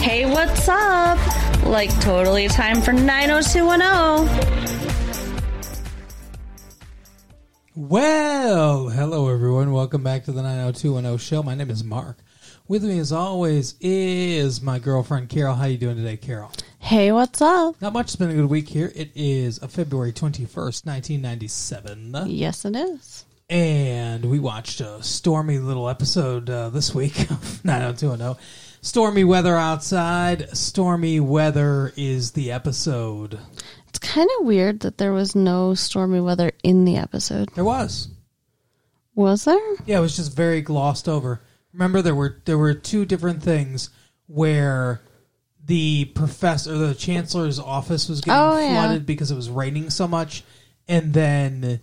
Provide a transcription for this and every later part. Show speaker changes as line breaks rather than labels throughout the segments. hey, what's up? Like, totally time for 90210.
Well, hello everyone. Welcome back to the 90210 show. My name is Mark. With me as always is my girlfriend Carol. How you doing today, Carol?
Hey, what's up?
Not much. It's been a good week here. It is uh, February 21st, 1997.
Yes, it is.
And we watched a stormy little episode uh, this week of 90210. Stormy weather outside. Stormy weather is the episode.
It's kind of weird that there was no stormy weather in the episode.
There was.
Was there?
Yeah, it was just very glossed over. Remember, there were there were two different things where the professor, the chancellor's office was getting
Oh, yeah.
flooded because it was raining so much, and then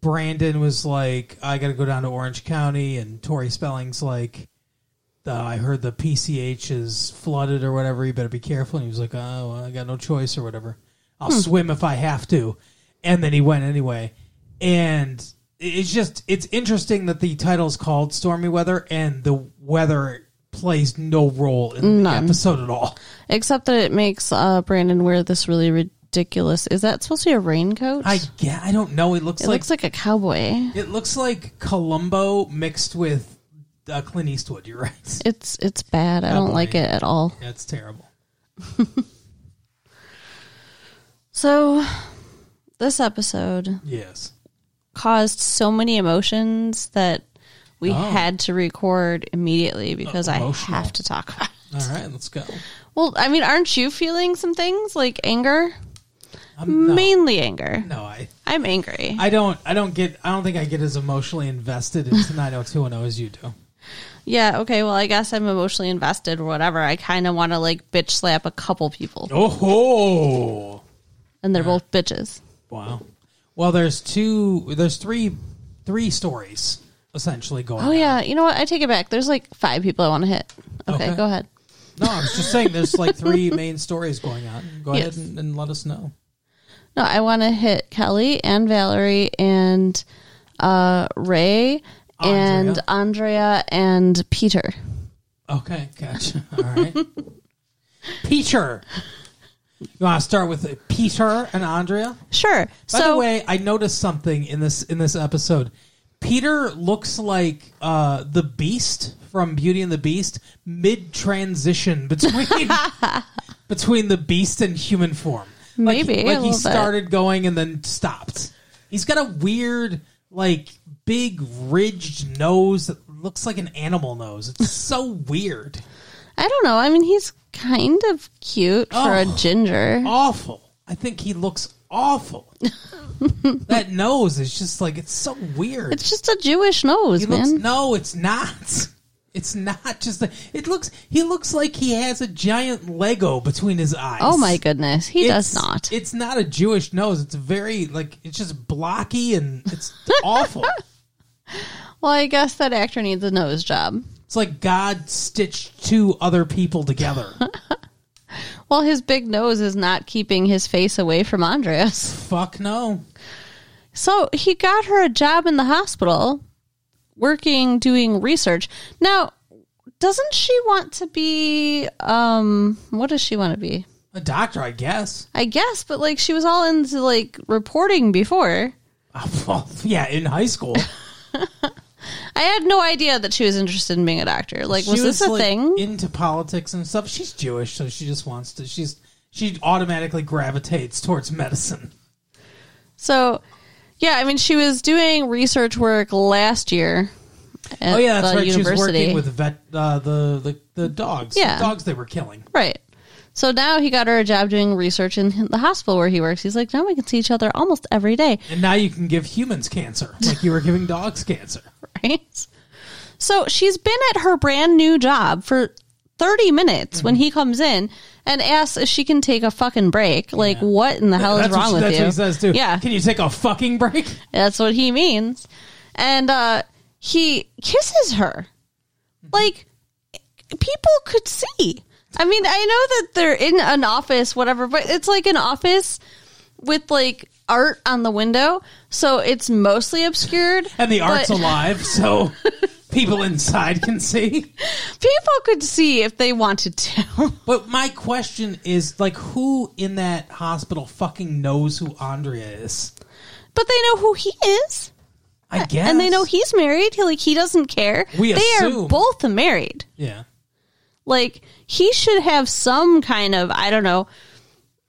Brandon was like, "I got to go down to Orange County," and Tori Spelling's like. Uh, I heard the PCH is flooded or whatever. You better be careful. And he was like, "Oh, well, I got no choice or whatever. I'll swim if I have to." And then he went anyway. And it's just it's interesting that the title's called Stormy Weather, and the weather plays no role in
None.
the episode at all.
Except that it makes uh, Brandon wear this really ridiculous. Is that supposed to be a raincoat?
I
it
yeah, I don't know. It looks like
looks like a cowboy.
it looks like Columbo mixed with uh, Clint Eastwood. You're right.
It's it's bad. I don't like
Cowboy.
it at all.
That's terrible.
So, this episode
Yes.
caused so many emotions that we had to record immediately because I
Oh. emotional.
have to talk about. It.
All right, let's go.
Well, I mean, aren't you feeling some things like anger?
I'm, no,
Mainly anger.
no, I
I'm angry.
I don't I don't get I don't think I get as emotionally invested oh into 90210 as you do.
yeah, okay, well, I guess I'm emotionally invested or whatever. I kind of want to like bitch slap a couple people,
Oh ho!
and they're both bitches.
Wow. Well, there's two. There's three. Three stories essentially going.
Oh,
on.
yeah, you know what? I take it back. There's like five people I want to hit. Okay,
Okay.
go ahead.
No, I was just saying. There's like three main stories going on. Go
Yes.
ahead and, and let us know.
No, I want to hit Kelly and Valerie and uh, Ray and
Andrea.
Andrea and Peter.
Okay, gotcha. All right. Peter. You want to start with Peter and Andrea?
Sure.
By
so,
the way, I noticed something in this in this episode. Peter looks like uh, the Beast from Beauty and the Beast mid transition between between the Beast and human form. Like,
Maybe,
he-
a
like he
little bit.
started going and then stopped. He's got a weird, like big ridged nose that looks like an animal nose. It's so weird,
I don't know. I mean, he's kind of cute for a
Oh.
ginger.
awful. I think he looks awful. that nose is just like it's so weird.
It's just a Jewish nose,
He
man.
looks, no, it's not. It's not just. A, it looks. He looks like he has a giant Lego between his eyes.
Oh my goodness, he
It's-
does not.
It's not a Jewish nose. It's very like it's just blocky and it's awful.
Well, I guess that actor needs a nose job.
It's like God stitched two other people together.
Well, his big nose is not keeping his face away from Andreas.
Fuck no.
So he got her a job in the hospital, working, doing research. Now, doesn't she want to be, um, what does she want to be?
A doctor, I guess.
I guess, but like she was all into like reporting before.
Ah, well, yeah, in high school,
I had no idea that she was interested in being a doctor. Like,
She
was this a
like,
thing?
Into politics and stuff. She's Jewish, so she just wants to. She's she automatically gravitates towards medicine.
So, yeah, I mean, she was doing research work last year at
Oh yeah, that's
the
right. She was
university.
working with vet uh, the, the the dogs.
Yeah.
the dogs they were killing.
right. So now he got her a job doing research in the hospital where he works. He's like, now we can see each other almost every day,
And now you can give humans cancer, like you were giving dogs cancer.
right? So she's been at her brand new job for 30 minutes when he comes in and asks if she can take a fucking break. Like, what in the hell is
that's
wrong with
what, that's
you?
what he says too.
Yeah.
Can you take a fucking break?
That's what he means. And uh, he kisses her. Like, people could see. I mean, I know that they're in an office, whatever, but it's like an office with like art on the window. So it's mostly obscured.
And the art's
but-
alive, so people inside can see.
People could see if they wanted to.
But my question is like who in that hospital fucking knows who Andrea is?
but they know who he is.
I guess.
And they know he's married. He, like he doesn't care.
We
they
assume.
are both married.
Yeah.
Like he should have some kind of I don't know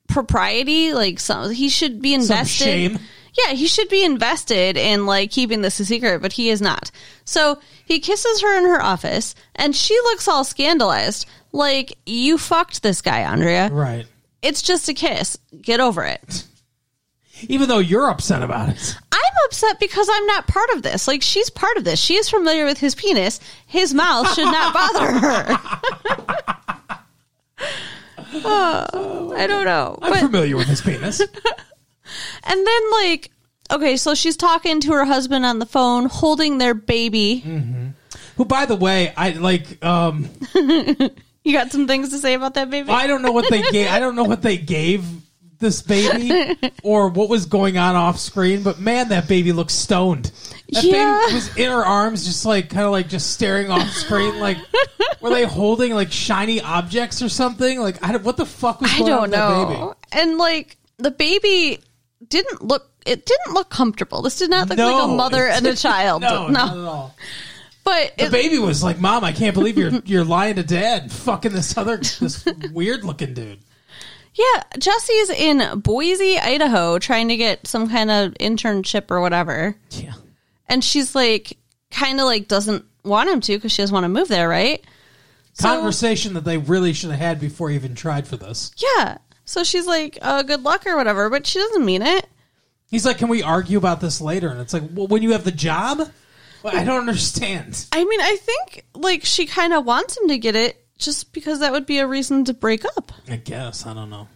propriety. Like some he should be invested.
shame.
Yeah, he should be invested in like keeping this a secret, but he is not. So he kisses her in her office, and she looks all scandalized. Like you fucked this guy, Andrea.
Right.
It's just a kiss. Get over it.
Even though you're upset about it.
I'm upset because I'm not part of this. Like she's part of this. She is familiar with his penis. His mouth should not bother her. Oh, I don't know.
I'm
But
familiar with his penis.
and then like okay, so she's talking to her husband on the phone, holding their baby.
Who by the way, I like um
You got some things to say about that baby?
I don't know what they gave I don't know what they gave this baby or what was going on off screen, but man, that baby looks stoned. That
Yeah.
baby was in her arms just like kinda like just staring off screen like were they holding like shiny objects or something? Like I don't, what the fuck was
I
going on
don't
with that baby?
know. And like the baby didn't look it didn't look comfortable. This did not look
No,
like a mother
it
and a child.
No,
no.
not at all.
But
The
it,
baby was like, "Mom, I can't believe you're you're lying to Dad, and fucking this other this weird looking dude."
Yeah, Jesse's in Boise, Idaho, trying to get some kind of internship or whatever.
Yeah,
And she's like, kind of like doesn't want him to because she doesn't want to move there, right? So-
conversation that they really should have had before even tried for this.
yeah. So she's like, uh, good luck or whatever, but she doesn't mean it.
He's like, "Can we argue about this later?" And it's like, well, "When you have the job, well, I don't understand."
I mean, I think like she kind of wants him to get it just because that would be a reason to break up.
I guess I don't know.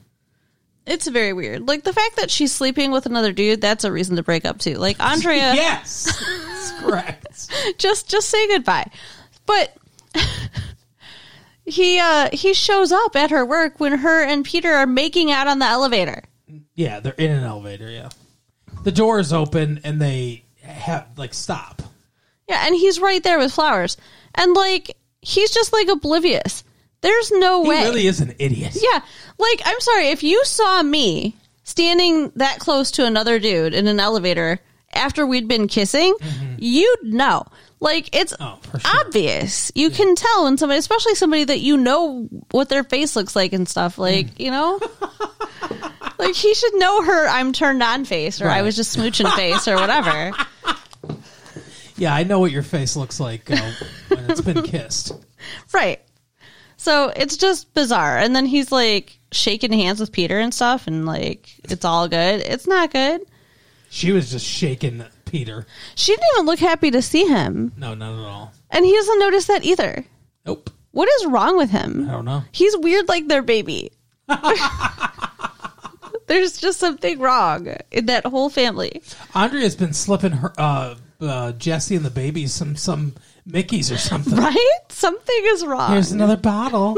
It's very weird. Like the fact that she's sleeping with another dude, that's a reason to break up too. Like Andrea
Yes, that's correct.
just just say goodbye. But he uh he shows up at her work when her and Peter are making out on the elevator.
Yeah, they're in an elevator. Yeah, the door is open, and they have like stop.
Yeah, and he's right there with flowers. And like he's just like oblivious. There's no
He
way.
really is an idiot.
yeah. Like I'm sorry if you saw me standing that close to another dude in an elevator after we'd been kissing, you'd know. Like it's
Mm-hmm. Oh, for sure.
obvious. You can tell when somebody, especially somebody that you know what their face looks like and stuff. Like you know, like he should know her. I'm turned on face, or I
Right.
was just smooching face, or whatever.
Yeah, I know what your face looks like uh, when it's been kissed.
Right. So it's just bizarre. And then he's like shaking hands with Peter and stuff, and like it's all good. It's not good.
She was just shaking Peter.
She didn't even look happy to see him,
No, not at all.
and he doesn't notice that either.
Nope.
What is wrong with him?
I don't know.
He's weird like their baby. There's just something wrong in that whole family.
Andrea's been slipping her uh, uh, Jesse and the baby some some Mickey's or something.
Right? Something is wrong.
Here's another bottle.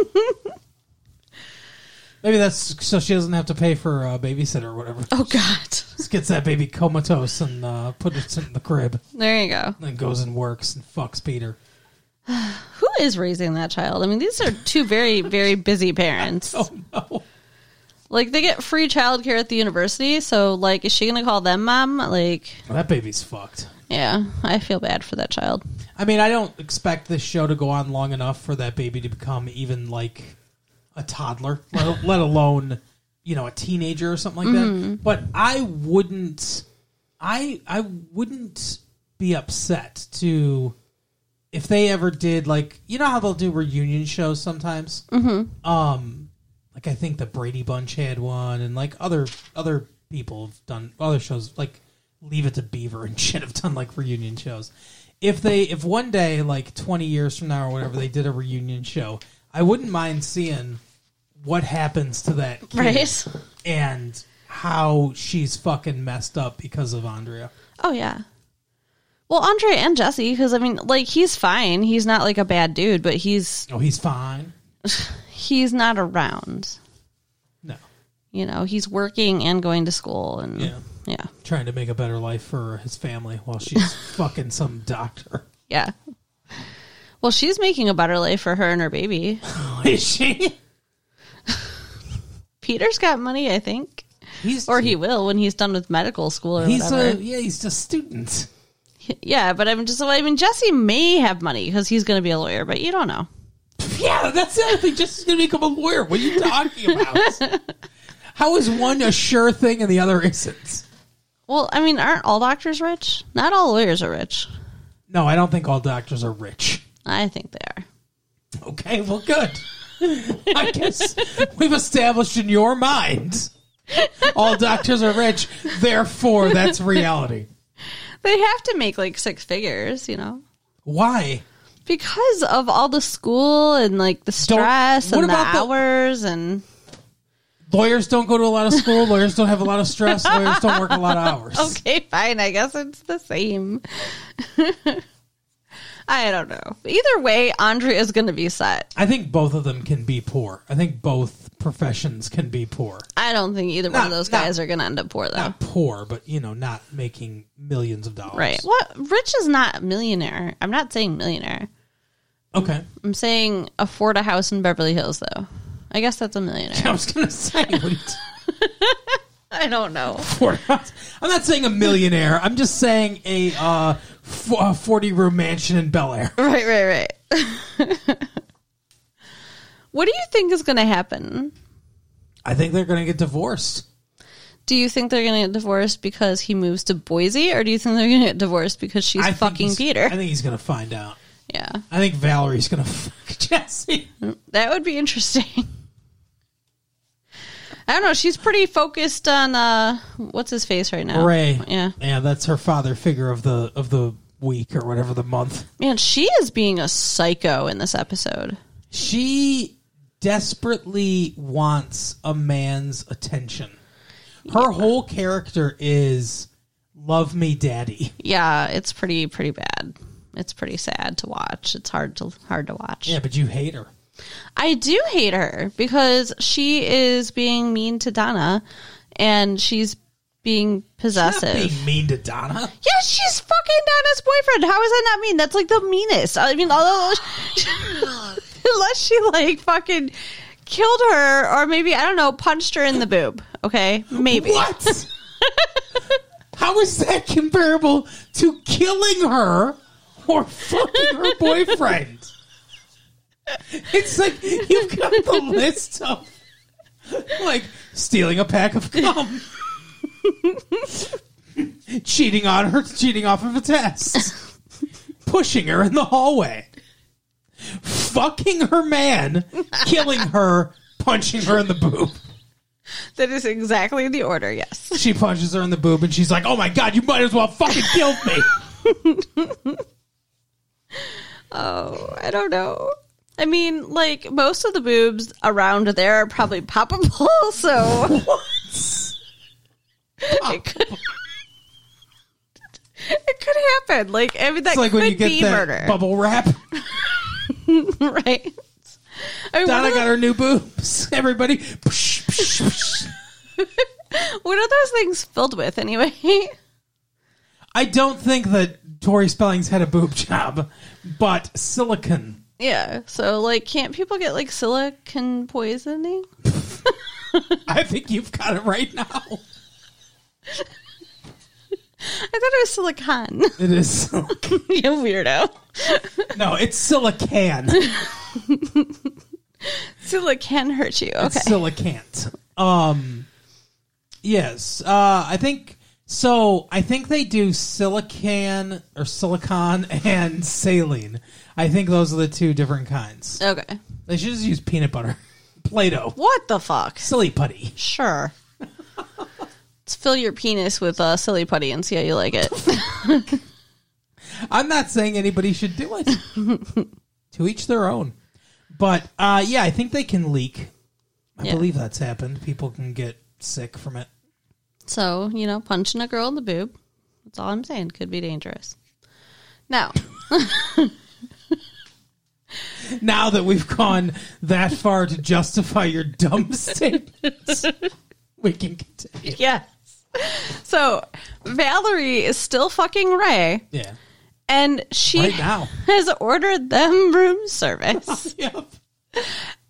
Maybe that's so she doesn't have to pay for a babysitter or whatever.
oh god.
Just gets that baby comatose and uh, put it in the crib,
There you go.
and then goes and works and fucks Peter.
Who is raising that child? I mean, these are two very very busy parents.
Oh no!
Like they get free childcare at the university, so like is she going to call them mom? Like
That baby's fucked.
yeah, I feel bad for that child.
I mean, I don't expect this show to go on long enough for that baby to become even like a toddler, let, let alone you know a teenager or something like that. But I wouldn't, I I wouldn't be upset to if they ever did like you know how they'll do reunion shows sometimes. Mm-hmm. Um, like I think the Brady Bunch had one, and like other other people have done other shows like Leave It to Beaver and shit have done like reunion shows. If they if one day like twenty years from now or whatever they did a reunion show, I wouldn't mind seeing what happens to that kid
Right?
and how she's fucking messed up because of Andrea.
Oh yeah. Well, Andre and Jesse because I mean, like he's fine. He's not like a bad dude, but he's
Oh, he's fine.
he's not around.
No,
You know, he's working and going to school and
Yeah.
yeah.
trying to make a better life for his family while she's fucking some doctor.
Yeah. Well, she's making a better life for her and her baby.
Is she?
Peter's got money, I think.
He's
Or he will when he's done with medical school or
he's a
whatever.
yeah he's a student.
yeah, but I'm just, I mean, Jesse may have money because he's going to be a lawyer, but you don't know.
Yeah, that's the other thing. Jesse's gonna become a lawyer. What are you talking about? How is one a sure thing and the other isn't?
Well, I mean, aren't all doctors rich? Not all lawyers are rich.
No, I don't think all doctors are rich.
I think they are.
Okay, well, good. I guess we've established in your mind all doctors are rich. Therefore, that's reality.
They have to make like six figures, you know,
Why?
because of all the school and like the stress
what
and the
about the-
hours and
Lawyers don't go to a lot of school. Lawyers don't have a lot of stress. Lawyers don't work a lot of hours.
Okay, fine. I guess it's the same. I don't know. Either way, Andrea is going to be set.
I think both of them can be poor. I think both professions can be poor.
I don't think either one of
No,
those
no.
guys are going to end up poor, though.
Not poor, but you know, not making millions of dollars.
Right. What? Rich is not a millionaire. I'm not saying millionaire.
Okay.
I'm saying afford a house in Beverly Hills, though. I guess that's a millionaire.
I was gonna say. what are you
I don't know.
Four- I'm not saying a millionaire. I'm just saying a uh, f- uh, 40 room mansion in Bel Air.
Right, right, right. what do you think is going to happen?
I think they're going to get divorced.
Do you think they're going to get divorced because he moves to Boise, or do you think they're going to get divorced because she's
I think
fucking
he's-
Peter?
I think he's going to find out.
yeah,
I think Valerie's going to fuck Jesse.
that would be interesting. I don't know. She's pretty focused on uh, what's his face right now.
Ray.
Yeah,
Yeah, that's her father figure of the of the week or whatever the month.
man, she is being a psycho in this episode.
She desperately wants a man's attention. Her whole character is love me daddy.
Yeah, it's pretty pretty bad. It's pretty sad to watch. It's hard to hard to watch.
Yeah, but you hate her.
I do hate her because she is being mean to Donna and she's being
Not
possessive.
being mean to Donna.
yeah, she's fucking Donna's boyfriend. How is that not mean? That's like the meanest. I mean, although unless she like fucking killed her or maybe I don't know, punched her in the boob, okay? Maybe.
What? How is that comparable to killing her or fucking her boyfriend? It's like you've got the list of like stealing a pack of gum, cheating on her, cheating off of a test, pushing her in the hallway, fucking her man, killing her, punching her in the boob.
That is exactly the order. Yes.
She punches her in the boob and she's like, "Oh my god, you might as well fucking kill me."
Oh, I don't know. I mean, like most of the boobs around there are probably poppable, so it could it could happen. Like I mean, that
It's like
could
when you
be
get that
murder,
bubble wrap.
right? I mean,
Donna
what, are
got her new boobs. Everybody, psh, psh, psh.
tho- what are those things filled with anyway?
I don't think that Tori Spellings had a boob job, but silicon.
yeah. So, like, can't people get like silicon poisoning?
I think you've got it right now.
I thought it was silicon.
It is silicon.
you weirdo.
no, it's silicon.
Silicon hurt you. Okay.
Still a can't. Um, yes, uh, I think so. I think they do silicon or silicon and saline. I think those are the two different kinds.
Okay.
They should just use peanut butter, Play-Doh,
What the fuck?
silly putty.
Sure. Let's fill your penis with uh, silly putty and see how you like it.
I'm not saying anybody should do it. to each their own. But uh, yeah, I think they can leak. I
Yeah.
believe that's happened. People can get sick from it.
so, you know, punching a girl in the boob, that's all I'm saying, could be dangerous. Now,
now that we've gone that far to justify your dumb statements, we can continue.
yes. So, Valerie is still fucking Ray,
Yeah.
and she
Right now.
has ordered them room service.
Yep.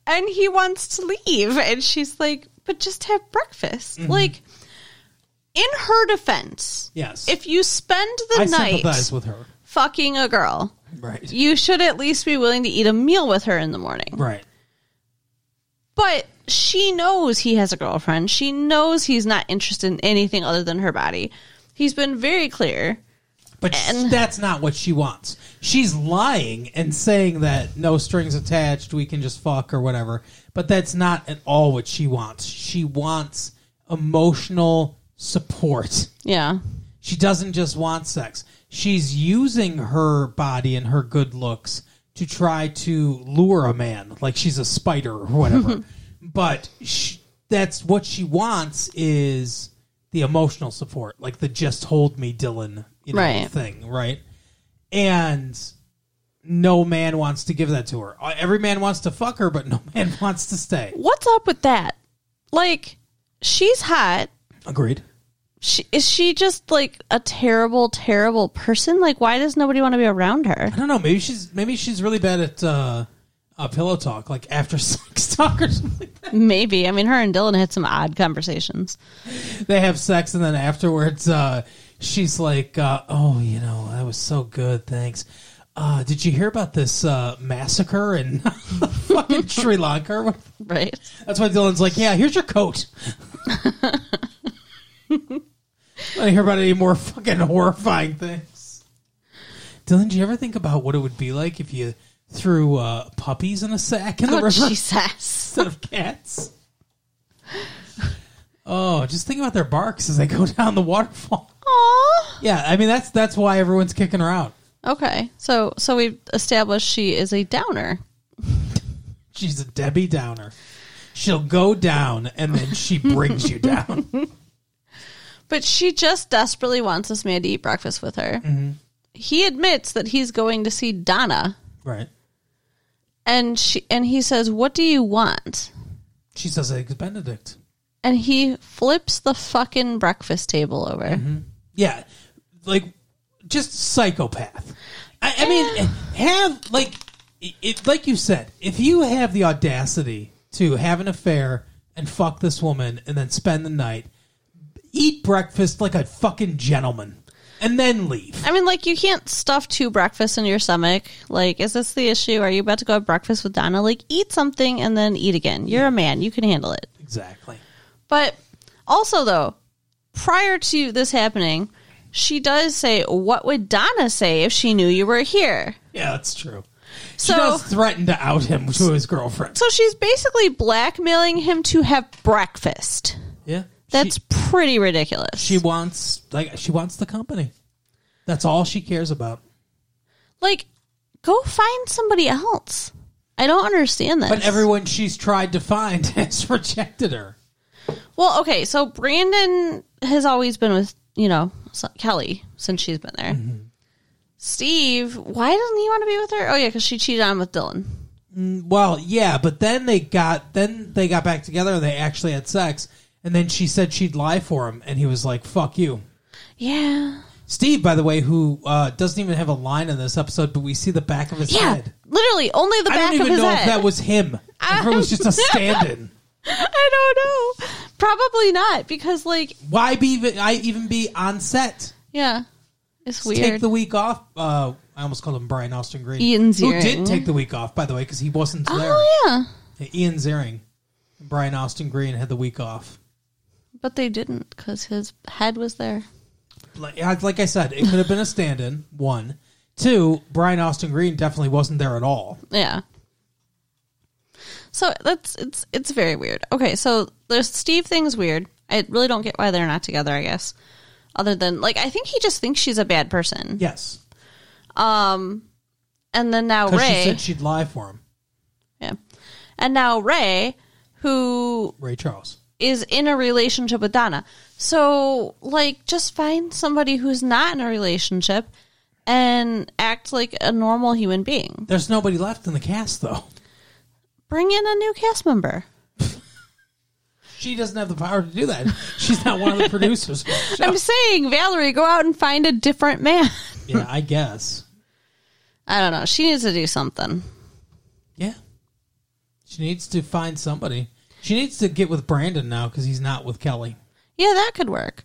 and he wants to leave. And she's like, but just have breakfast.
Mm-hmm.
Like, in her defense,
Yes.
if you spend the
I
night
sympathize with her.
fucking a girl,
Right.
you should at least be willing to eat a meal with her in the morning.
Right.
But she knows he has a girlfriend. She knows he's not interested in anything other than her body. He's been very clear.
But
And-
that's not what she wants. She's lying and saying that no strings attached, we can just fuck or whatever. But that's not at all what she wants. She wants emotional support.
Yeah.
She doesn't just want sex. She's using her body and her good looks to try to lure a man, like she's a spider or whatever. but sh that's what she wants is the emotional support, like the "just hold me, Dylan" you know,
Right.
thing, right? And no man wants to give that to her. Uh, Every man wants to fuck her, but no man wants to stay.
What's up with that? Like, she's hot.
Agreed.
She, is she just like a terrible, terrible person? Like, why does nobody want to be around her?
I don't know. Maybe she's maybe she's really bad at uh, uh, pillow talk, like after sex talk or something. like that.
Maybe. I mean, her and Dylan had some odd conversations.
They have sex and then afterwards, uh, she's like, uh, "Oh, you know, that was so good. Thanks." Uh, did you hear about this uh, massacre in fucking Sri Lanka?
Right.
That's why Dylan's like, "Yeah, here's your coat." I don't hear about any more fucking horrifying things. Dylan, do you ever think about what it would be like if you threw uh, puppies in a sack in the
Oh,
river?
Jesus.
instead of cats. Oh, just think about their barks as they go down the waterfall.
Aw.
Yeah, I mean that's that's why everyone's kicking her out.
Okay. So, so we've established she is a downer.
She's a Debbie Downer. She'll go down and then she brings you down.
But she just desperately wants this man to eat breakfast with her. He admits that he's going to see Donna,
Right.
and she and he says, "What do you want?"
She says eggs Benedict.
And he flips the fucking breakfast table over.
Yeah, like just psychopath. I, I mean, have like it- it, like you said, if you have the audacity to have an affair and fuck this woman and then spend the night, eat breakfast like a fucking gentleman, and then leave.
I mean, like you can't stuff two breakfasts in your stomach. Like, is this the issue? Are you about to go have breakfast with Donna? Like, eat something and then eat again. You're a man; you can handle it.
Exactly.
But also, though, prior to this happening, she does say, "What would Donna say if she knew you were here?"
Yeah, that's true.
So
she does threaten to out him to his girlfriend.
So she's basically blackmailing him to have breakfast.
Yeah,
That's pretty ridiculous.
she, she wants like she wants the company. That's all she cares about.
like, go find somebody else. I don't understand this.
But everyone she's tried to find has rejected her.
well, okay, so Brandon has always been with, you know, so- Kelly since she's been there.
Mm-hmm.
Steve, why doesn't he want to be with her? Oh, yeah, because she cheated on him with Dylan.
Well, yeah, but then they got then they got back together and they actually had sex. And then she said she'd lie for him, and he was like, "Fuck you."
Yeah.
Steve, by the way, who uh, doesn't even have a line in this episode, but we see the back of his
Yeah.
head.
Literally, only the
I
back
don't
of
even
his
know
head.
if that was him. Or if it was just a stand-in.
I don't know. Probably not, because, like,
Why be even? I even be on set?
yeah, it's
Just
weird.
Take the week off. Uh, I almost called him Brian Austin Green.
Ian
who did
Ziering.
take the week off, by the way, because he wasn't there.
oh, yeah.
Ian Ziering, Brian Austin Green had the week off.
But they didn't because his head was there.
like, I- like I said, it could have been a stand-in. One, two. Brian Austin Green definitely wasn't there at all.
Yeah. So that's it's it's very weird. Okay, so the Steve thing's weird. I really don't get why they're not together. I guess, other than like I think he just thinks she's a bad person.
Yes,
Um, and then now
because she
Ray,
said she'd lie for him.
yeah, and now Ray, who
Ray Charles.
is in a relationship with Donna. So, like, just find somebody who's not in a relationship and act like a normal human being.
There's nobody left in the cast though.
Bring in a new cast member.
She doesn't have the power to do that. She's not one of the producers.
I'm saying, Valerie, go out and find a different man.
yeah, I guess.
I don't know. She needs to do something.
Yeah. She needs to find somebody. She needs to get with Brandon now because he's not with Kelly.
Yeah, that could work.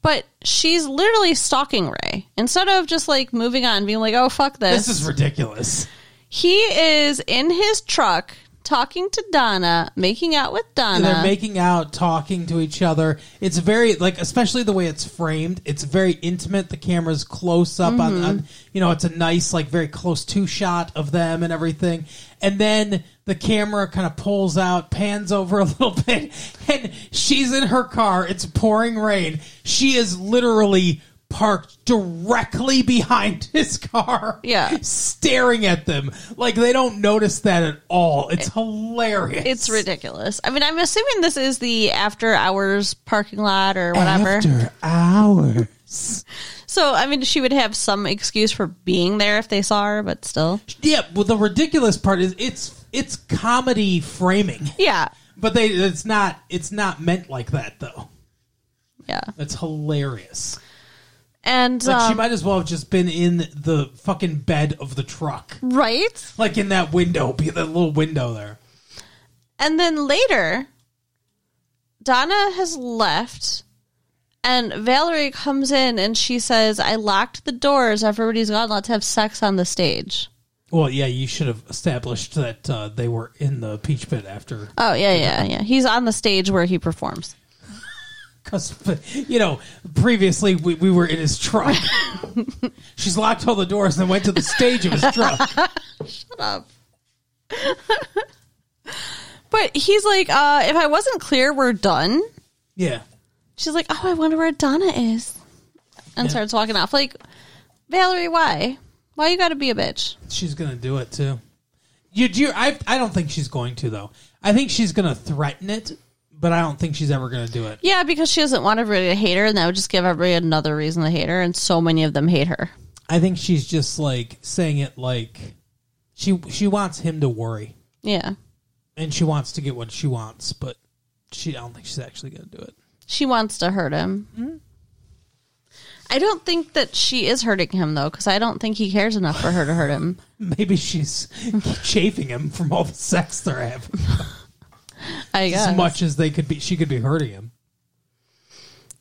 But she's literally stalking Ray instead of just like moving on, being like, "Oh fuck this."
This is ridiculous.
he is in his truck talking to Donna, making out with Donna.
And they're making out, talking to each other. It's very like, especially the way it's framed. It's very intimate. The camera's close up
Mm-hmm.
on, on, you know, it's a nice like very close two shot of them and everything. And then the camera kind of pulls out, pans over a little bit, and she's in her car. It's pouring rain. She is literally parked directly behind his car.
Yeah.
staring at them like they don't notice that at all. It's hilarious.
it's ridiculous. I mean, I'm assuming this is the after hours parking lot or whatever.
After hours.
So, I mean, she would have some excuse for being there if they saw her, but still.
Yeah, well, the ridiculous part is it's it's comedy framing,
Yeah.
but they it's not it's not meant like that though.
Yeah.
That's hilarious.
And
Like she
um,
might as well have just been in the fucking bed of the truck,
right?
like in that window, be that little window there.
And then later, Donna has left, and Valerie comes in and she says, I locked the doors. Everybody's gone. Let's have sex on the stage.
Well, yeah, you should have established that uh, they were in the peach pit after,
Oh, yeah, yeah, yeah. He's on the stage where he performs.
because you know previously we, we were in his truck. She's locked all the doors and went to the stage of his truck.
But he's like, uh, if I wasn't clear, we're done.
Yeah,
She's like, oh, I wonder where Donna is. And starts walking off. Like, Valerie, why? Why you gotta be a bitch?
She's gonna do it too. You do. I I don't think she's going to though. I think she's gonna threaten it, but I don't think she's ever gonna do it.
Yeah, because she doesn't want everybody to hate her, and that would just give everybody another reason to hate her, and so many of them hate her.
I think she's just like saying it like she she wants him to worry
Yeah.
and she wants to get what she wants, but she I don't think she's actually gonna do it.
She wants to hurt him.
Mm-hmm.
I don't think that she is hurting him, though, because I don't think he cares enough for her to hurt him.
Maybe she's chafing him from all the sex they're having
I guess.
as much as they could be. She could be hurting him.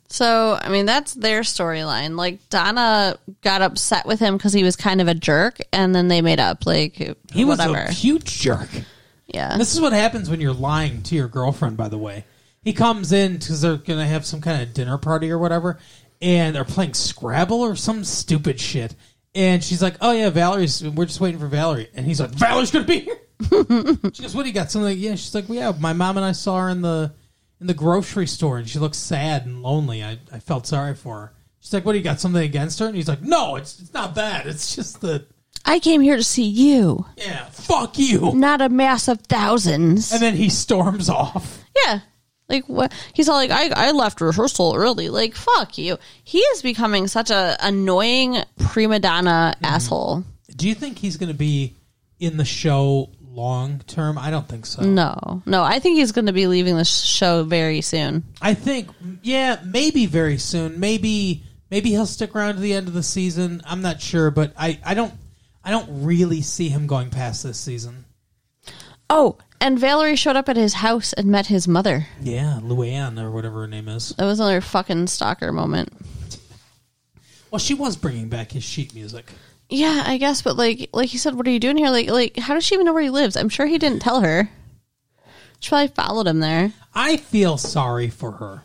So, I mean, that's their storyline. Like, Donna got upset with him because he was kind of a jerk, and then they made up. Like,
He was
whatever.
a huge jerk.
yeah.
This is what happens when you're lying to your girlfriend, by the way. He comes in because they're going to have some kind of dinner party or whatever, and they're playing Scrabble or some stupid shit. And she's like, oh, yeah, Valerie's, we're just waiting for Valerie. And he's like, Valerie's going to be here. she goes, what do you got? Something like, yeah. She's like, well, yeah, my mom and I saw her in the in the grocery store, and she looked sad and lonely. I, I felt sorry for her. She's like, what do you got? Something against her? And he's like, no, it's, it's not that. It's just the,
I came here to see you,
yeah, fuck you.
not a mass of thousands.
And then he storms off.
yeah. Like what he's all like, I, I left rehearsal early. Like, fuck you. He is becoming such a annoying prima donna
Mm-hmm.
asshole.
Do you think he's going to be in the show long term? I don't think so.
Mm. No. No, I think he's gonna be leaving the show very soon.
I think yeah, maybe very soon. Maybe maybe he'll stick around to the end of the season. I'm not sure, but I I don't I don't really see him going past this season.
Oh, and Valerie showed up at his house and met his mother.
Yeah, Luann or whatever her name is.
That was another fucking stalker moment.
Well, she was bringing back his sheet music.
Yeah, I guess, but like like he said, what are you doing here? Like like how does she even know where he lives? I'm sure he didn't tell her. She probably followed him there.
I feel sorry for her.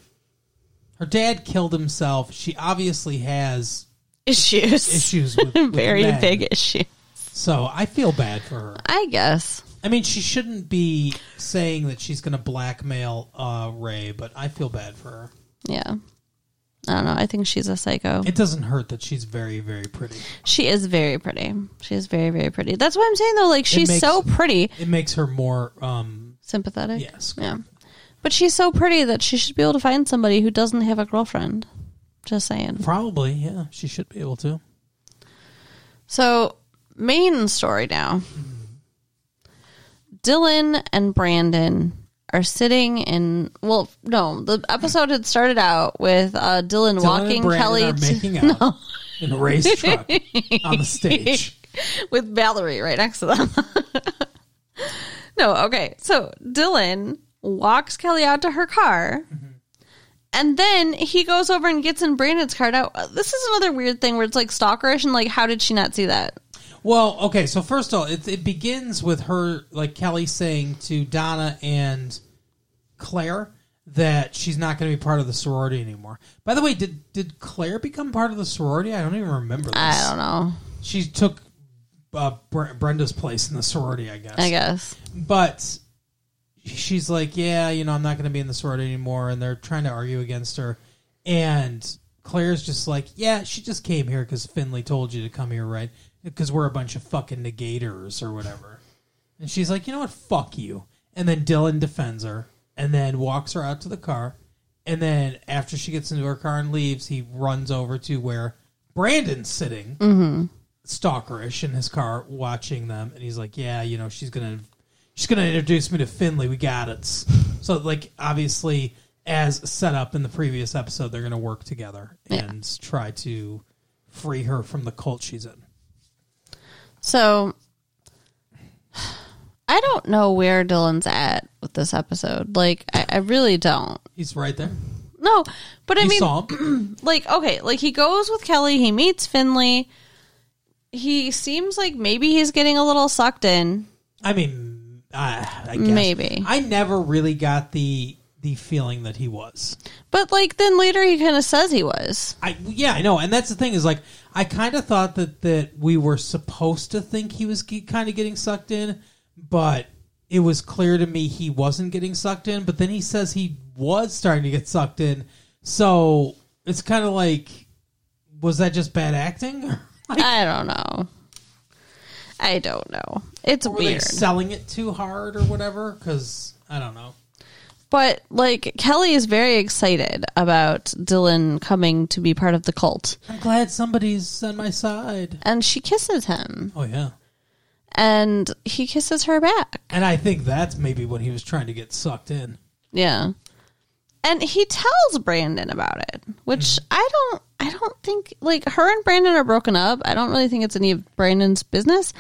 Her dad killed himself. She obviously has
Issues.
issues with, with
very
men.
big issue.
So I feel bad for her.
I guess.
I mean, she shouldn't be saying that she's going to blackmail uh, Ray, but I feel bad for her.
Yeah. I don't know. I think she's a psycho.
It doesn't hurt that she's very, very pretty.
She is very pretty. She is very, very pretty. That's what I'm saying though. Like she's
makes-
so pretty.
It makes her more. Um,
Sympathetic.
Yes.
Yeah. But she's so pretty that she should be able to find somebody who doesn't have a girlfriend. Just saying.
probably, yeah, she should be able to.
So main story now. Dylan and Brandon are sitting in well no the episode had started out with uh Dylan
Dylan
walking
and Brandon
Kelly
are
to-
making out in a race truck on the stage.
with Valerie right next to them. no, okay. So Dylan walks Kelly out to her car.
Mm-hmm.
And then he goes over and gets in Brandon's car. Now, uh, this is another weird thing where it's like stalkerish and like, how did she not see that?
Well, okay. So first of all, it, it begins with her, like Kelly saying to Donna and Claire that she's not going to be part of the sorority anymore. By the way, did did Claire become part of the sorority? I don't even remember this.
I don't know.
She took uh, Bre- Brenda's place in the sorority, I guess.
I guess.
But she's like, yeah, you know, I'm not going to be in the sorority anymore, and they're trying to argue against her. And Claire's just like, yeah, she just came here because Finley told you to come here, right? Because we're a bunch of fucking negators or whatever. And she's like, you know what? Fuck you. And then Dylan defends her, and then walks her out to the car. And then after she gets into her car and leaves, he runs over to where Brandon's sitting stalkerish in his car watching them and he's like yeah you know she's gonna she's gonna introduce me to finley we got it so like obviously as set up in the previous episode they're gonna work together and try to free her from the cult she's in
So I don't know where Dylan's at with this episode. Like, I, I really don't.
he's right there
No, but I
he
mean,
saw him
like okay like he goes with kelly he meets finley he seems like maybe he's getting a little sucked in
i mean I, I guess.
Maybe.
i never really got the the feeling that he was
but like then later he kind of says he was
I yeah, I know, and that's the thing is like I kind of thought that that we were supposed to think he was ge- kind of getting sucked in, but it was clear to me he wasn't getting sucked in. But then he says he was starting to get sucked in, so it's kind of like was that just bad acting? Like,
i don't know i don't know it's
were they
weird
selling it too hard or whatever? Because I don't know.
but like kelly is very excited about dylan coming to be part of the cult
I'm glad somebody's on my side.
and she kisses him
Oh yeah,
and he kisses her back
and I think that's maybe when he was trying to get sucked in.
Yeah. And he tells Brandon about it, which I don't I don't think like her and Brandon are broken up. I don't really think it's any of Brandon's business.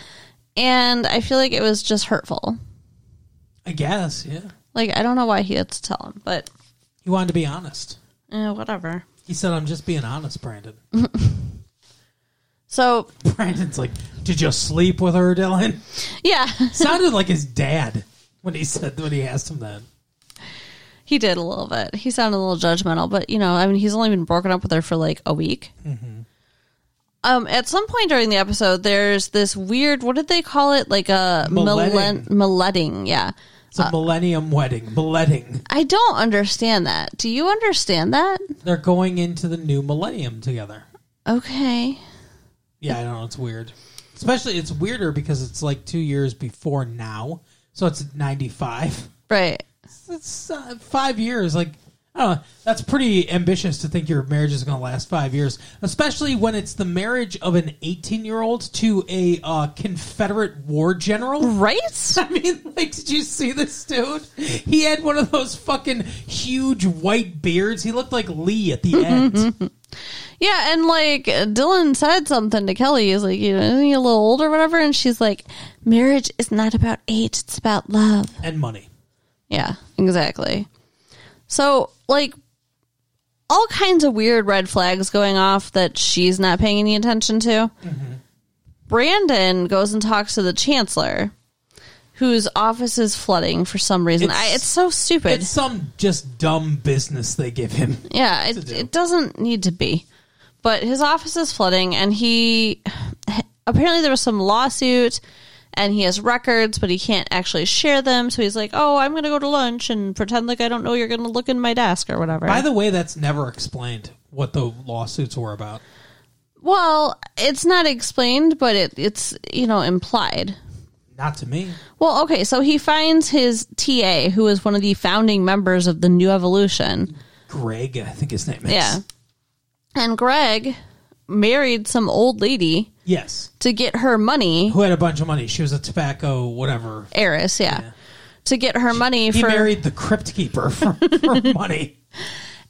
And I feel like it was just hurtful.
I guess yeah.
Like I don't know why he had to tell him, but
He wanted to be honest.
eh, whatever.
He said, "I'm just being honest, Brandon."
So
Brandon's like, "Did you sleep with her, Dylan?"
yeah,
Sounded like his dad when he said when he asked him that.
he did a little bit. He sounded a little judgmental, but you know, I mean, he's only been broken up with her for like a week. Um, at some point during the episode, there's this weird. What did they call it? Like a millen-
Millennium.
milletting. Yeah.
It's a millennium wedding, milletting.
I don't understand that. Do you understand that?
They're going into the new millennium together.
Okay.
Yeah, I don't know. It's weird. Especially, it's weirder because it's like two years before now, so it's '95.
Right.
It's uh, five years. Like, I don't know. That's pretty ambitious to think your marriage is going to last five years, especially when it's the marriage of an 18 year old to a uh, Confederate war general.
Right?
I mean, like, did you see this dude? He had one of those fucking huge white beards. He looked like Lee at the
Mm-hmm.
end.
Yeah, and like Dylan said something to Kelly. He's like, you know, isn't he a little old or whatever? And she's like, marriage is not about age, it's about love.
and money.
Yeah, exactly. So, like, all kinds of weird red flags going off that she's not paying any attention to. Mm-hmm. Brandon goes and talks to the chancellor, whose office is flooding for some reason. It's, I,
It's-
it's so stupid.
It's some just dumb business they give him.
yeah,
to
it,
do.
it doesn't need to be. But his office is flooding, and he apparently there was some lawsuit, and he has records, but he can't actually share them. So he's like, "Oh, I'm going to go to lunch and pretend like I don't know you're going to look in my desk or whatever."
By the way, that's never explained what the lawsuits were about.
well, it's not explained, but it, it's you know implied.
Not to me.
Well, okay, so he finds his TA, who is one of the founding members of the New Evolution.
Greg, I think his name is.
Yeah. And Greg married some old lady
Yes.
to get her money,
Who had a bunch of money. She was a tobacco, whatever.
heiress, yeah, to get her money
He
for,
married the crypt keeper for, for money.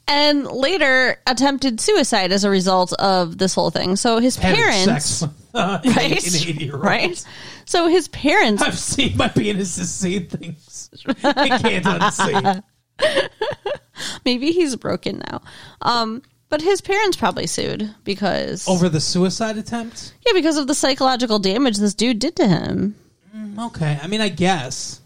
and later attempted suicide as a result of this whole thing. So his
Having
parents,
sex with uh,
right?
an 80 year old.
right? So his parents,
I've seen my penis to see things. I can't unsee.
maybe he's broken now. Um, but his parents probably sued because
Over the suicide attempt?
yeah, because of the psychological damage this dude did to him. Mm-hmm.
Okay. I mean, I guess.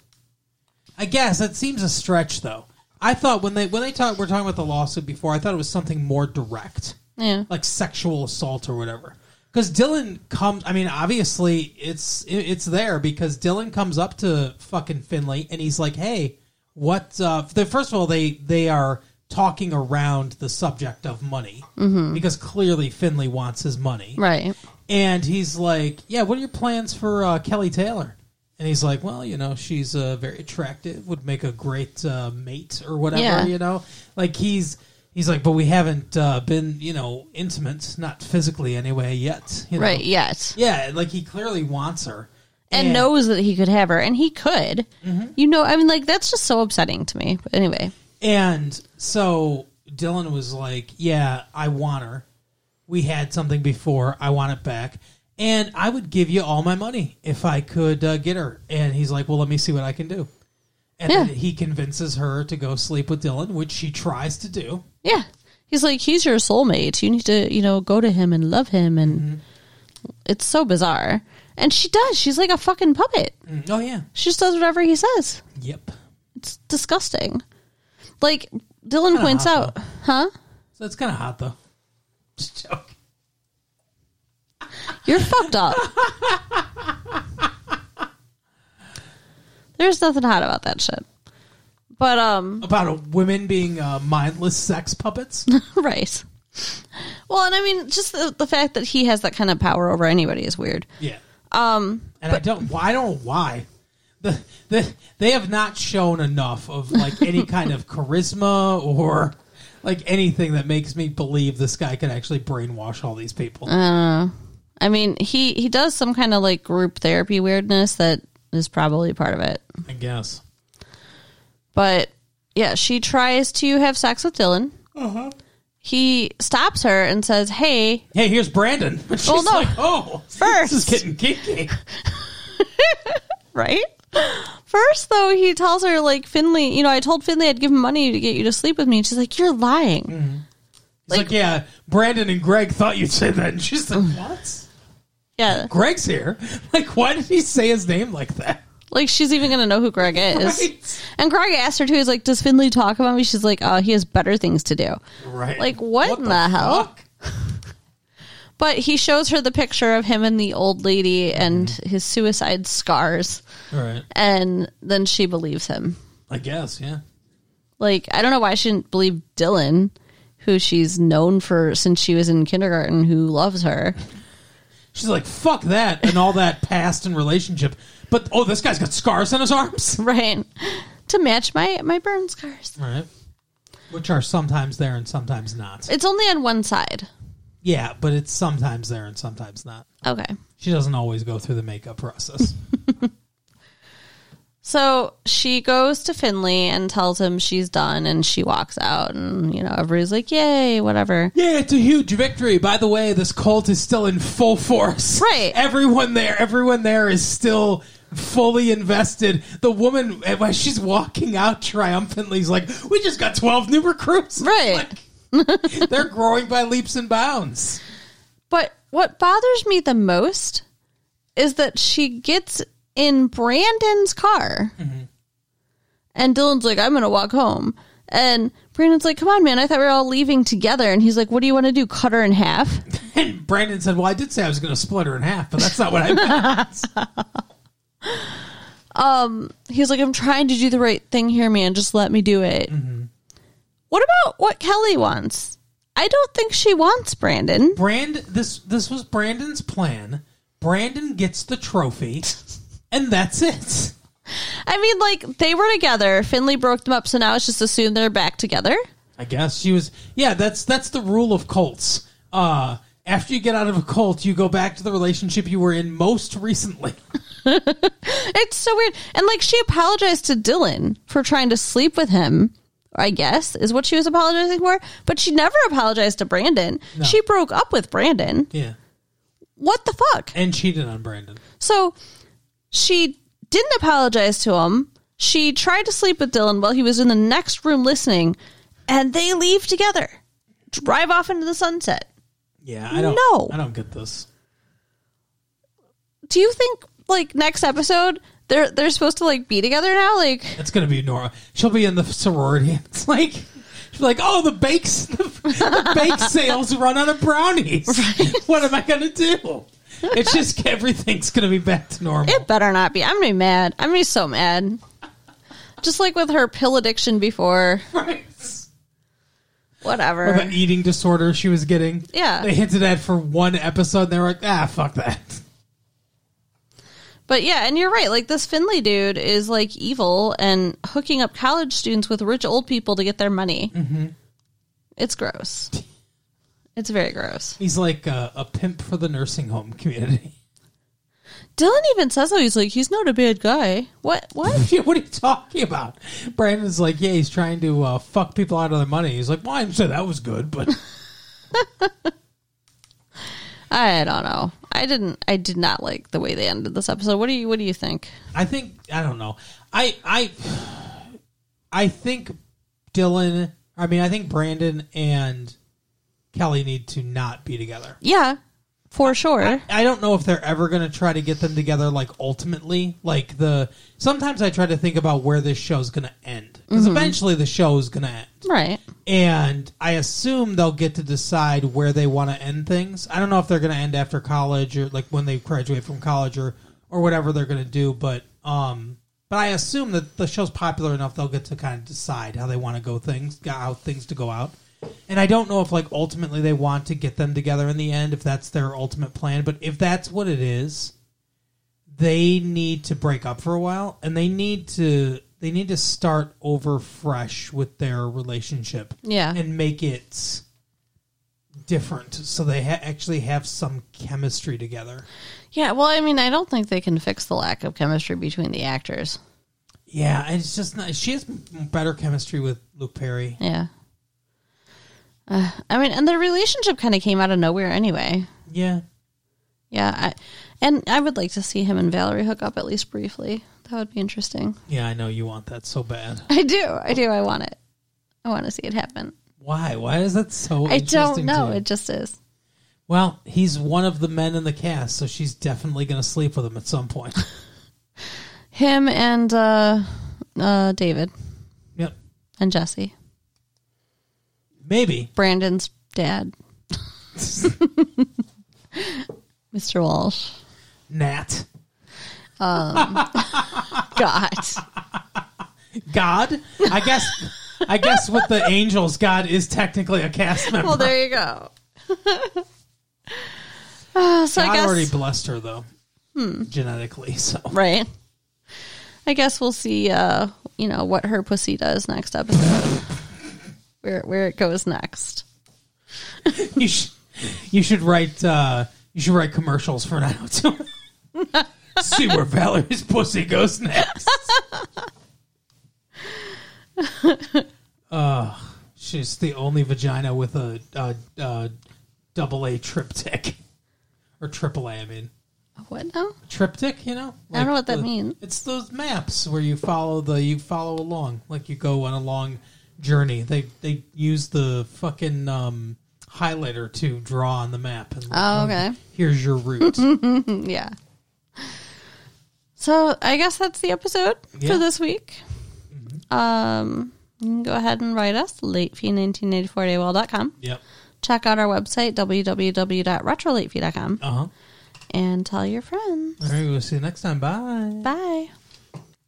I guess that seems a stretch, though. I thought when they when they talk, were talking about the lawsuit before, I thought it was something more direct,
Yeah,
like sexual assault or whatever. Because Dylan comes, I mean, obviously it's it- it's there because Dylan comes up to fucking Finley and he's like, "Hey, what?" Uh, the first of all, they they are talking around the subject of money because clearly Finley wants his money,
right.
and he's like, "Yeah, what are your plans for uh, Kelly Taylor?" And he's like, "Well, you know, she's uh, very attractive, would make a great uh, mate or whatever,
Yeah.
you know." Like he's he's like, "But we haven't uh, been, you know, intimate, not physically anyway, yet." You know?
Right, yet.
Yeah, like he clearly wants her,
and knows that he could have her, and he could.
Mm-hmm.
You know, I mean, like that's just so upsetting to me. But anyway,
And so Dylan was like, "Yeah, I want her. We had something before. I want it back." And I would give you all my money if I could uh, get her. And he's like, "Well, let me see what I can do." And
Yeah.
then he convinces her to go sleep with Dylan, which she tries to do.
yeah, he's like he's your soulmate. You need to, you know, go to him and love him, and it's so bizarre. And she does. She's like a fucking puppet.
Oh yeah,
She just does whatever he says.
yep.
It's disgusting. Like Dylan
Kinda
points
hot,
out, huh?
So it's kind of hot though. Just joking.
You're fucked up. There's nothing hot about that shit. But um
About a, women being uh, mindless sex puppets.
right. Well, and I mean, just the, the fact that he has that kind of power over anybody is weird.
Yeah. Um. And I don't. Why I don't. know Why? The, the they have not shown enough of like any kind of charisma or like anything that makes me believe this guy could actually brainwash all these people.
Uh. I mean, he he does some kind of like group therapy weirdness that is probably part of it.
I guess.
But yeah, she tries to have sex with Dylan. He stops her and says, "Hey,
Hey, here's Brandon. And She's
Well, no.
like, oh,
First.
this is getting kinky.
right?" First, though, he tells her like Finley, you know, I told Finley I'd give him money to get you to sleep with me. And she's like, "You're lying."
It's like, yeah, Brandon and Greg thought you'd say that, and she's like, what?
Yeah,
Greg's here. Like, why did he say his name like that?
like she's even gonna know who Greg is.
Right.
And Greg asked her too. He's like, "Does Finley talk about me?" She's like, "Oh, he has better things to do."
Right.
Like, what in the hell?
fuck?
But he shows her the picture of him and the old lady and his suicide scars,
All right.
and then she believes him.
I guess. Yeah.
Like, I don't know why she didn't believe Dylan, who she's known for since she was in kindergarten, who loves her.
She's like, fuck that and all that past and relationship. But oh, this guy's got scars on his arms.
Right. To match my my burn scars.
Right. Which are sometimes there and sometimes not.
It's only on one side.
Yeah, but it's sometimes there and sometimes not.
Okay.
She doesn't always go through the makeup process.
So she goes to Finley and tells him she's done and she walks out and you know, everybody's like, Yay, whatever.
yeah, it's a huge victory. By the way, this cult is still in full force.
Right.
Everyone there, everyone there is still fully invested. The woman, when she's walking out triumphantly, is like, we just got 12 new recruits.
Right.
Like, they're growing by leaps and bounds.
But what bothers me the most is that she gets in Brandon's car. And Dylan's like, I'm going to walk home. And Brandon's like, come on, man. I thought we were all leaving together. And he's like, what do you want to do? Cut her in half?
And Brandon said, "Well, I did say I was going to split her in half, but that's not what I meant."
He's like, I'm trying to do the right thing here, man. Just let me do it. What about what Kelly wants? I don't think she wants Brandon.
Brand this this was Brandon's plan. Brandon gets the trophy, and that's it.
I mean, like, they were together. Finley broke them up. So now it's just assumed they're back together.
I guess she was. Yeah, that's that's the rule of cults. Uh, after you get out of a cult, you go back to the relationship you were in most recently.
It's so weird. And like she apologized to Dylan for trying to sleep with him I guess, is what she was apologizing for. But she never apologized to Brandon.
No.
She broke up with Brandon.
Yeah.
What the fuck?
And cheated on Brandon.
So she didn't apologize to him. She tried to sleep with Dylan while he was in the next room listening, and they leave together, drive off into the sunset.
Yeah, I don't
No.
I don't get this.
Do you think like next episode they're they're supposed to like be together now? Like
It's gonna be Nora. She'll be in the sorority. It's like she'll be like, oh, the bakes, the, the bake sales run out of brownies. What am I gonna do? It's just everything's gonna be back to normal.
it better not be. I'm gonna be mad. I'm gonna be so mad. Just like with her pill addiction before,
Right.
whatever.
Or the eating disorder she was getting.
Yeah.
they hinted at for one episode. and They were like, ah, fuck that.
But yeah, and you're right. Like this Finley dude is like evil and hooking up college students with rich old people to get their money. Mm-hmm. It's gross. It's very gross.
He's like a, a pimp for the nursing home community.
Dylan even says though he's like he's not a bad guy. What? What?
Yeah, what are you talking about? Brandon's like, yeah, he's trying to uh, fuck people out of their money. He's like, well, I didn't say that was good, but
I don't know. I didn't. I did not like the way they ended this episode. What do you? What do you think?
I think I don't know. I I I think Dylan. I mean, I think Brandon and Kelly need to not be together.
Yeah, for sure.
I don't know if they're ever going to try to get them together. Like ultimately, like the sometimes I try to think about where this show's going to end because eventually the show is going to end.
Right.
and I assume they'll get to decide where they want to end things. I don't know if they're going to end after college or like when they graduate from college or or whatever they're going to do, but um but I assume that the show's popular enough they'll get to kind of decide how they want to go things, how things to go out. And I don't know if like ultimately they want to get them together in the end if that's their ultimate plan, but if that's what it is, they need to break up for a while and they need to they need to start over fresh with their relationship
Yeah.
and make it different so they ha- actually have some chemistry together
Yeah. Well, I mean, I don't think they can fix the lack of chemistry between the actors.
yeah and it's just not she has better chemistry with luke perry
Yeah. Uh, I mean, and their relationship kind of came out of nowhere anyway.
yeah
Yeah. I, and I would like to see him and Valerie hook up at least briefly. That would be interesting.
yeah i know you want that so bad
I do. I do. I want it. I want to see it happen.
why why is that so
I don't
interesting to
know.
you?
It just is.
well he's one of the men in the cast so she's definitely gonna sleep with him at some point
Him and uh, uh, David
yep
and Jesse.
maybe
Brandon's dad, Mr. Walsh.
nat
God.
God. I guess I guess with the angels, God is technically a cast member.
well, there you go. Uh, so I
God
guess. Hmm.
already blessed her though. Genetically, so
Right. I guess we'll see uh, you know, what her pussy does next episode. where where it goes next.
you should you should write uh, you should write commercials for now too. See where Valerie's pussy goes next. uh, she's the only vagina with a, uh uh double A triptych or triple A. I mean,
What now?
triptych you know
I don't know what that
the-
mean.
it's those maps where you follow the you follow along like you go on a long journey they they use the fucking um highlighter to draw on the map and
Oh, okay.
here's your route
Mm, Yeah. So I guess that's the episode
Yeah. Mm-hmm.
for this week. Um you can go ahead and write us latefee1984daywell.com.
yep
Check out our website www.retrolatefee.com
uh-huh
and tell your friends.
all right we'll see you next time bye
Bye.